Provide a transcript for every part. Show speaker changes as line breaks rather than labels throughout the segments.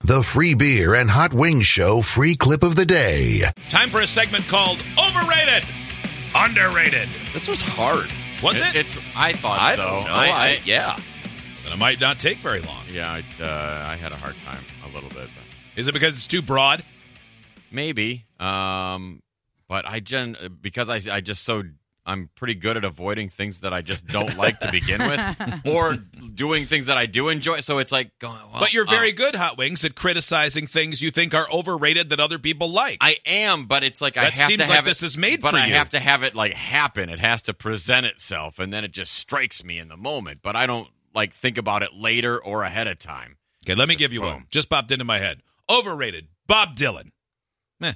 The free beer and hot wings show free clip of the day.
Time for a segment called Overrated, Underrated.
This was hard.
Was it?
I thought
I
so.
don't know.
I,
I-
I- yeah.
And it might not take very long.
Yeah, I, uh, I had a hard time a little bit. But
Is it because it's too broad?
maybe. Um, but I gen- because I, I just so I'm pretty good at avoiding things that I just don't like to begin with, or doing things that I do enjoy. So it's like, going, well,
but you're very
uh,
good, Hot Wings, at criticizing things you think are overrated that other people like.
I am, but it's like I
That
have
seems
to
like
have it-
this is made
but
for
I
you.
have to have it like happen. It has to present itself, and then it just strikes me in the moment. But I don't like think about it later or ahead of time.
okay, let me give you
Boom.
one. Just popped into my head. Overrated, Bob Dylan. Meh.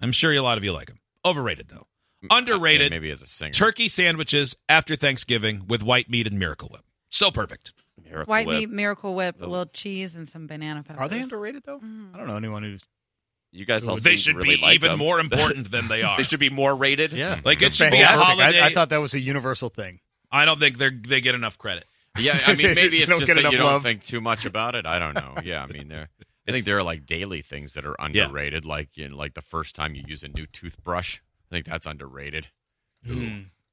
I'm sure a lot of you like him. Overrated, though. Underrated,
Yeah, maybe as a singer.
turkey sandwiches after Thanksgiving with white meat and Miracle Whip. So perfect.
Miracle
White
Whip.
meat, Miracle Whip, a little cheese, and some banana peppers.
Are they underrated though? I don't know anyone who's.
You guys all
they
seem to
should
really
be
like
even
them.
more important than they are.
They should be more rated.
Yeah.
like it should be a
Fantastic.
holiday.
I, I thought that was a universal thing.
I don't think they they get enough credit.
Yeah, I mean, maybe
You
it's
don't
just
get
that you
enough
don't
love.
think too much about it. I don't know. Yeah, I mean, there. I think there are like daily things that are
Yeah.
underrated, like you know, like the first time you use a new toothbrush. I think that's underrated.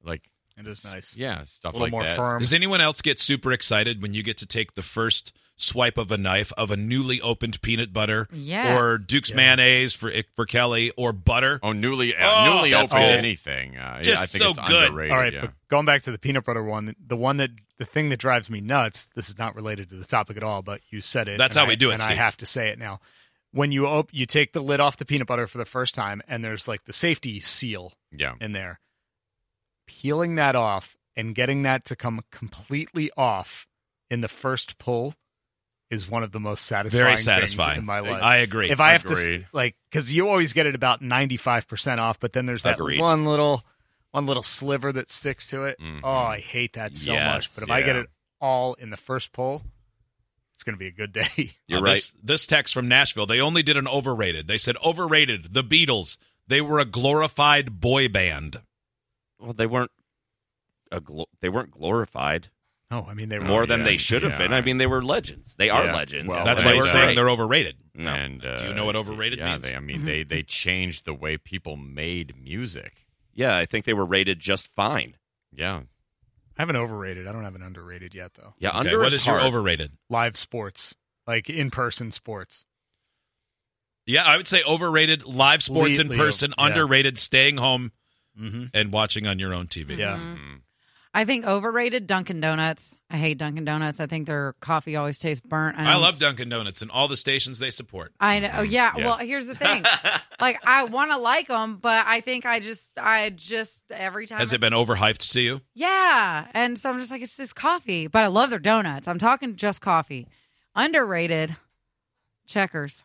Like,
It is nice.
yeah,
a
stuff
little
like
more
that.
firm.
Does anyone else get super excited when you get to take the first swipe of a knife of a newly opened peanut butter
Yes.
or Duke's
Yeah.
mayonnaise for for Kelly or butter?
Oh, newly
Oh,
uh, newly
that's
opened
good.
anything. Uh, yeah,
Just
I think
so
it's
good.
underrated.
All right,
yeah.
but going back to the peanut butter one, the one that the thing that drives me nuts. This is not related to the topic at all, but you said it.
That's
and
how we
I-
do it,
and I
Steve.
have to say it now. When you op- you take the lid off the peanut butter for the first time, and there's like the safety seal
yeah.
in there. Peeling that off and getting that to come completely off in the first pull is one of the most satisfying.
Very
things
satisfying.
in my life.
I agree.
if I have to
Agreed.
st- like because you always get it about ninety five percent off, but then there's that
Agreed.
one little one little sliver that sticks to it.
Mhm.
Mm-hmm.
Oh, I hate that so
Yes,
much. But if I get
yeah.
it all in the first pull, it's gonna be a good day.
You're
Uh,
right.
This, this text from Nashville, they only did an overrated. They said overrated. The Beatles, they were a glorified boy band.
well, they weren't a glo- they weren't glorified
No, Oh, I mean they were
more than
Oh, yeah,
they should have
yeah.
been. I mean, they were legends. They are
Yeah.
legends.
Well,
That's
they
why
were
you're saying
great.
they're overrated.
No.
And uh,
Do you know what overrated
yeah,
means?
They, I mean,
Mm-hmm.
they they changed the way people made music.
Yeah, I think they were rated just fine.
Yeah,
I haven't overrated. I don't have an underrated yet though.
Yeah,
Okay,
under
what
is
is your
hard.
overrated?
Live sports. Like in person sports.
Yeah, I would say overrated live sports in
Leo,
person,
yeah.
underrated staying home
Mm-hmm.
and watching on your own TV.
Yeah.
Mhm.
Mm-hmm. I think overrated Dunkin' Donuts. I hate Dunkin' Donuts. I think their coffee always tastes burnt.
I love Dunkin' Mm-hmm. Donuts and all the stations they support.
I know. Oh, yeah.
Yes.
Well, here's the thing. like, I want to like them, but I think I just, I just every time.
Has
I-
it been overhyped to you?
Yeah. And so I'm just like, it's this coffee, but I love their donuts. I'm talking just coffee. Underrated checkers,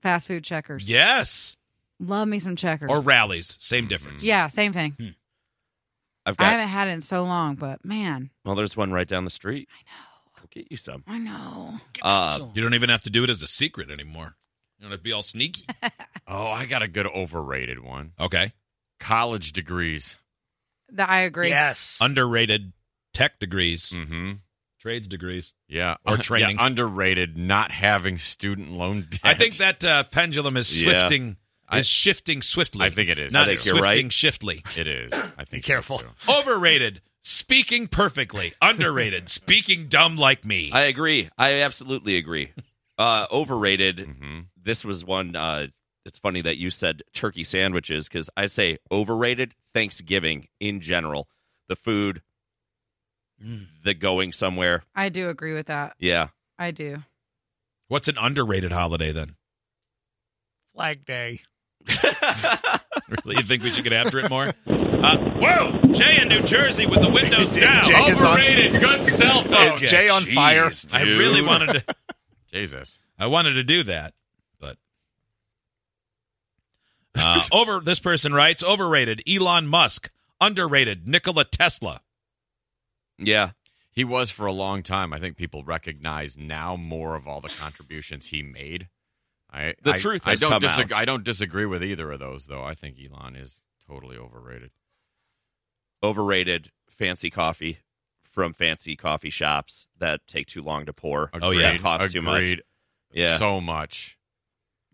fast food checkers.
Yes.
Love me some checkers.
Or rallies.
Mm-hmm.
Same difference.
yeah, same thing.
I've
I
got.
haven't had it in so long, but man,
well, there's one right down the street. I know. Go get you some.
I know.
Uh,
You don't even have to do it as a secret anymore. You don't have to be all sneaky.
Oh, I got a good overrated one.
Okay.
College degrees.
That I agree.
Yes.
Underrated tech degrees,
Mm.
Mm-hmm.
trades degrees.
Yeah, Uh,
Or
Yeah,
training.
underrated. Not having student loan debt.
I think that uh, pendulum is
Yeah.
swifting.
I-
is shifting swiftly.
I think it is.
Not
I think you're
swifting
right.
shiftly.
it is. I think so,
careful.
too.
Overrated. Speaking perfectly. Underrated. speaking dumb like me.
I agree. I absolutely agree. Uh, overrated.
Mhm.
This was one. Uh, it's funny that you said turkey sandwiches because I say overrated Thanksgiving in general. The food, the going somewhere.
I do agree with that.
Yeah.
I do.
What's an underrated holiday then?
Flag Day.
Really, you think we should get after it more? Uh, whoa! Jay in New Jersey with the windows down.
Jay is on-
Overrated. Good cell phone.
Is Jay on fire?
I really wanted to.
Jesus.
I wanted to do that, but uh, over this person writes overrated Elon Musk, underrated Nikola Tesla.
Yeah.
He was for a long time. I think people recognize now more of all the contributions he made. I,
The
I-
truth
I
has
don't
come
disag-
out.
I don't disagree with either of those, though. I think Elon is totally overrated.
Overrated fancy coffee from fancy coffee shops that take too long to pour.
Oh, yeah.
That costs too much.
Agreed.
Yeah.
so much.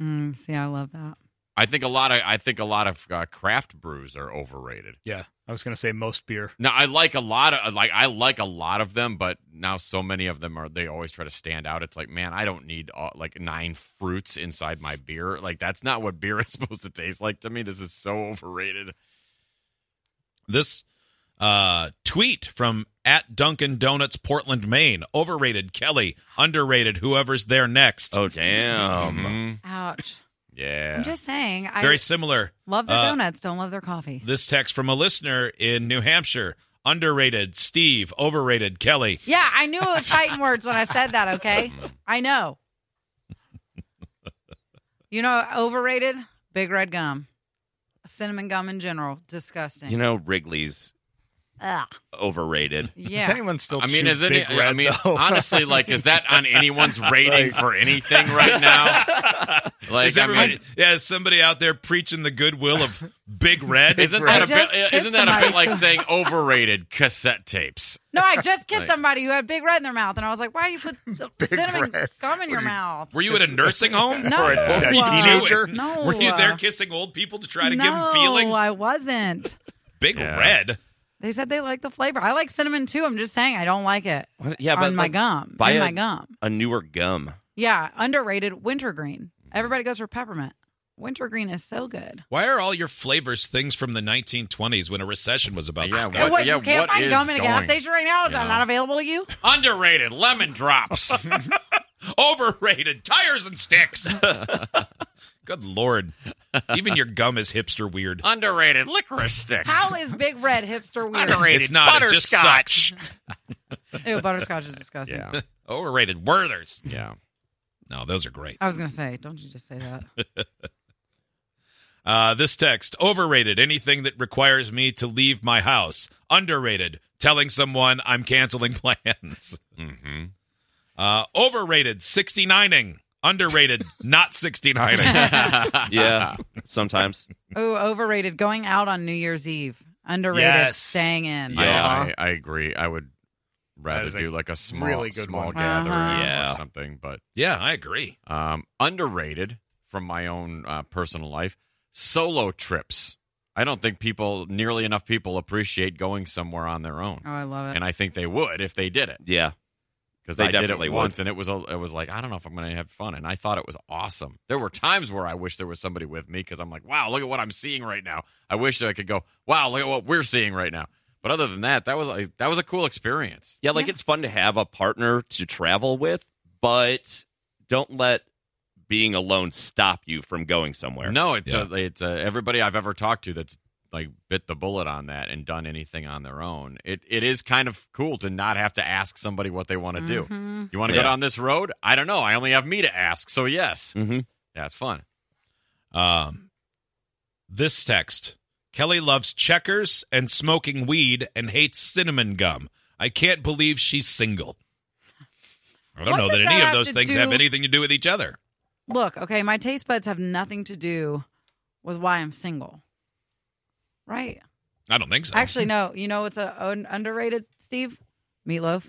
Mm, see, I love that.
I think a lot of I think a lot of uh, craft brews are overrated.
Yeah, I was gonna say most beer.
Now I like a lot of like I like a lot of them, but now so many of them are they always try to stand out. It's like, man, I don't need all, like nine fruits inside my beer. Like that's not what beer is supposed to taste like to me. This is so overrated.
This uh, tweet from at Dunkin' Donuts Portland, Maine. Overrated Kelly, underrated whoever's there next.
Oh damn.
Mm-hmm.
Mhm.
Ouch.
Yeah.
I'm just saying. I
Very similar.
love their
uh,
donuts. Don't love their coffee.
This text from a listener in New Hampshire. Underrated Steve, overrated Kelly.
Yeah, I knew it was fighting words when I said that. Okay, I know. You know, overrated big red gum, cinnamon gum in general, disgusting.
You know Wrigley's
Ugh.
overrated.
Does
yeah.
anyone still?
I mean,
chew
is it?
Big Red,
I mean,
though?
honestly, like, is that on anyone's rating for anything right now? Like,
is
I mean,
everybody, yeah, is somebody out there preaching the goodwill of Big Red?
isn't
I
that a
just
bit?
kissed
Isn't that a bit
somebody.
like saying overrated cassette tapes?
No, I just kissed
Like-
somebody who had big red in their mouth, and I was like, "Why do you put the cinnamon
Red.
gum in your mouth?"
Were you at a nursing home?
No,
Or a- a
uh,
teenager?
No,
Were you there
uh,
kissing old people to try to
no,
give them feeling?
I wasn't.
Big
Yeah.
Red.
They said they like the flavor. I like cinnamon too. I'm just saying I don't like it
What? Yeah,
on my
like,
gum.
buy
in
a-
my gum.
a newer gum.
Yeah, underrated wintergreen. Everybody goes for peppermint. Wintergreen is so good.
Why are all your flavors things from the 1920s when a recession was about to
Yeah,
start?
What-
what,
yeah,
you can't
what
find
is
gum in a gas
going-
station right now? Is
you
that
know?
not available to you?
Underrated lemon drops.
Overrated tires and sticks. Good lord. Even your gum is hipster weird.
Underrated licorice sticks.
How is Big Red hipster weird?
Underrated
It's not, it just
butterscotch.
sucks.
Ew, butterscotch is disgusting.
Yeah,
Overrated Werthers.
yeah.
No, those are great.
I was gonna say, don't you just say that?
Uh, this text overrated anything that requires me to leave my house. Underrated telling someone I'm canceling plans.
Mm-hmm.
Uh, overrated 69ing. Underrated not 69ing.
Yeah,
Ah.
sometimes.
Ooh, overrated. Going out on New Year's Eve. Underrated.
Yes.
Staying in.
Yeah,
Uh-huh.
I, I agree. I would rather
is a
do like a small,
really good
small
one.
gathering
Uh-huh.
Yeah.
or something. But
yeah, I agree.
um, underrated from my own uh, personal life, solo trips. I don't think people, nearly enough people, appreciate going somewhere on their own,
Oh, I love it.
and I think they would if they did it.
Yeah.
Because
They
I did it
definitely would.
once, and it was a, it was like I don't know if I'm going to have fun, and I thought it was awesome. There were times where I wish there was somebody with me because I'm like, wow, look at what I'm seeing right now. I wish that I could go, wow, look at what we're seeing right now. But other than that, that was like, that was a cool experience.
Yeah, like
Yeah.
it's fun to have a partner to travel with, but don't let being alone stop you from going somewhere.
No, it's a, it's a, everybody I've ever talked to that's like bit the bullet on that and done anything on their own. It it is kind of cool to not have to ask somebody what they want to do.
Mhm.
You want to
Yeah.
go down this road? I don't know. I only have me to ask. So yes,
Mm-hmm.
that's fun.
Um, this text Kelly loves checkers and smoking weed and hates cinnamon gum. I can't believe she's single. I don't
What
know that
does that
any of
have
those
to
things
do-
have anything to do with each other.
Look, okay, my taste buds have nothing to do with why I'm single. Right.
I don't think so.
Actually, no. You know what's a, an underrated, Steve? Meatloaf.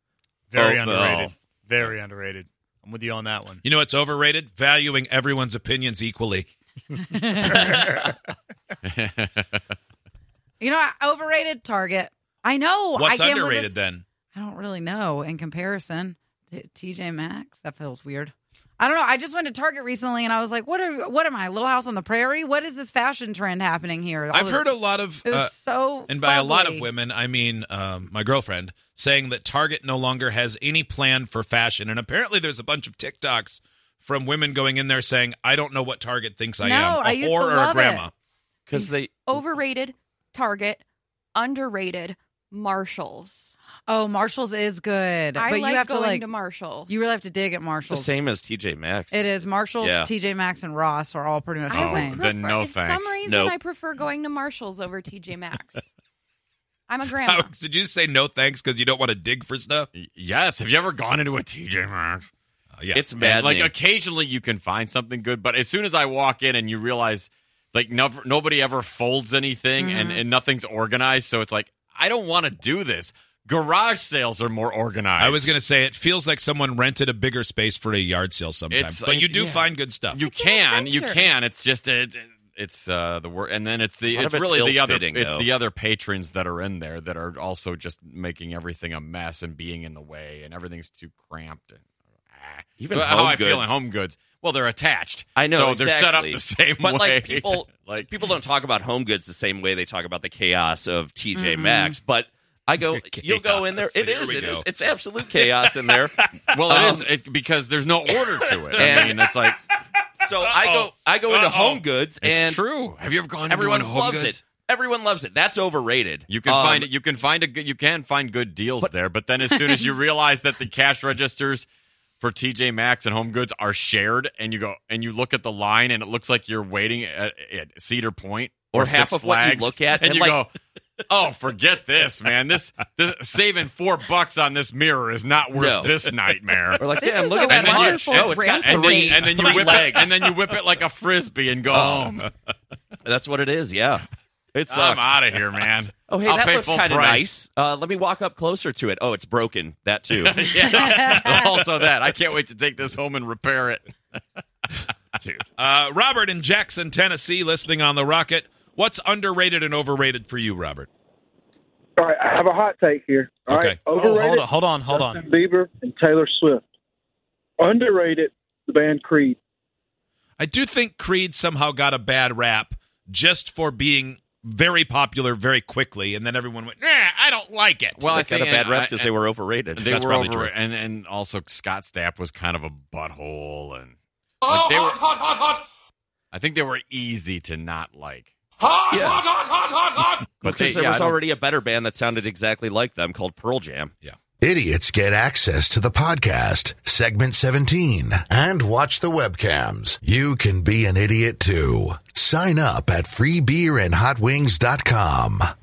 Very
Oh, no.
underrated. Very underrated. I'm with you on that one.
you know it's overrated? Valuing everyone's opinions equally.
You know, overrated Target. I know. I
What's
can't believe
underrated
this-
then?
I don't really know in comparison. T- TJ Maxx. That feels weird. I don't know. I just went to Target recently and I was like, what are what am I? Little House on the Prairie? What is this fashion trend happening here? I
I've
was-
heard a lot of,
It was
uh,
so
and by a lot of
fugly.
women, I mean um, my girlfriend, saying that Target no longer has any plan for fashion. And apparently, there's a bunch of TikToks from women going in there saying, "I don't know what Target thinks I
No,
am, a
I used to
whore or
love
a
it.
grandma."
Because they
overrated Target, underrated Marshalls.
Oh, Marshalls is good.
I
but
like
you have
going
to like
Marshalls.
you really have to dig at
it's the
Marshalls.
same as TJ Maxx.
It is Marshalls,
Yeah.
TJ Maxx, and Ross are all pretty much
I
the
Oh,
would
same.
the- then
prefer-
no
if
thanks.
some reason,
Nope.
I prefer going to Marshalls over TJ Maxx. I'm a
How-
grandma.
did you say no thanks because you don't want to dig for stuff?
Y- yes. Have you ever gone into a TJ Maxx?
Uh, yeah,
It's
And,
maddening.
Like occasionally you can find something good, but as soon as I walk in and you realize like never, nobody ever folds anything and,
Mhm.
and nothing's organized, so it's like I don't want to do this. Garage sales are more organized.
I was going to say it feels like someone rented a bigger space for a yard sale sometimes,
It's-
but you do
yeah.
find good stuff.
You
It's an
can, you
adventure.
can. It's just a, it's uh the word, and then it's
A
the
lot
it's
of it's
really the other
ill-fitting,
it's
though.
the other patrons that are in there that are also just making everything a mess and being in the way and everything's too cramped. And, ah.
Even
But how
Home
I feel in
Goods.
home goods. Well, they're attached.
I know,
so they're set up
exactly.
the same
But
way.
like people, like people don't talk about home goods the same way they talk about the chaos of TJ Maxx. But I go, you'll go in there.
Chaos.
It
Here
is.
we
It is.
go.
It's absolute chaos in there.
well, it is it's because there's no order to it. I
And-
mean, it's like
So I go, I go into
Uh-oh.
Home Goods,
it's
and
true. Have you ever gone? into
everyone
a home
loves
goods?
it. Everyone loves it. That's overrated.
You can
Um,
find it. You can find a. good- You can find good deals there, but then as soon as you realize that the cash registers for TJ Maxx and Home Goods are shared, and you go and you look at the line, and it looks like you're waiting at, at Cedar Point
Or
Six
half of what you
Flags,
look at,
and,
and
you
like-
go, "Oh, forget this, man! This, this saving four bucks on this mirror is not worth
No.
this nightmare."
We're like,
This
damn,
is
look
a
at that lunch.
wonderful
No, it's got
And
brand
then,
three,
and then you
three
whip
legs.
it, and then you whip it like a frisbee and go home.
That's what it is. Yeah, it
I'm
sucks.
out of here, man.
Oh, hey,
I'll
that
pay
looks
full
kind of
price.
nice. Uh, let me walk up closer to it. Oh, it's broken. That too. Oh,
yeah. also that. I can't wait to take this home and repair it.
Uh, Robert in Jackson, Tennessee, listening on the Rocket. What's underrated and overrated for you, Robert?
All right, I have a hot take here. All
Okay.
right,
Oh, hold
overrated.
on, hold on, hold on.
Justin Bieber and Taylor Swift. Underrated, the band Creed.
I do think Creed somehow got a bad rap just for being very popular very quickly, and then everyone went, "Nah, I don't like it."
Well, I
They got
think
a bad
and I-
rep because they were overrated.
They
That's
were
probably
over,
true.
and and also Scott Stapp was kind of a butthole, and oh, they were, I think they were easy to not like.
Yeah.
But
because
they-
there
yeah, I
was
don't-
already a better band that sounded exactly like them called Pearl Jam.
Idiots get access to the podcast, segment 17, and watch the webcams. You can be an idiot too. Sign up at freebeerandhotwings.com.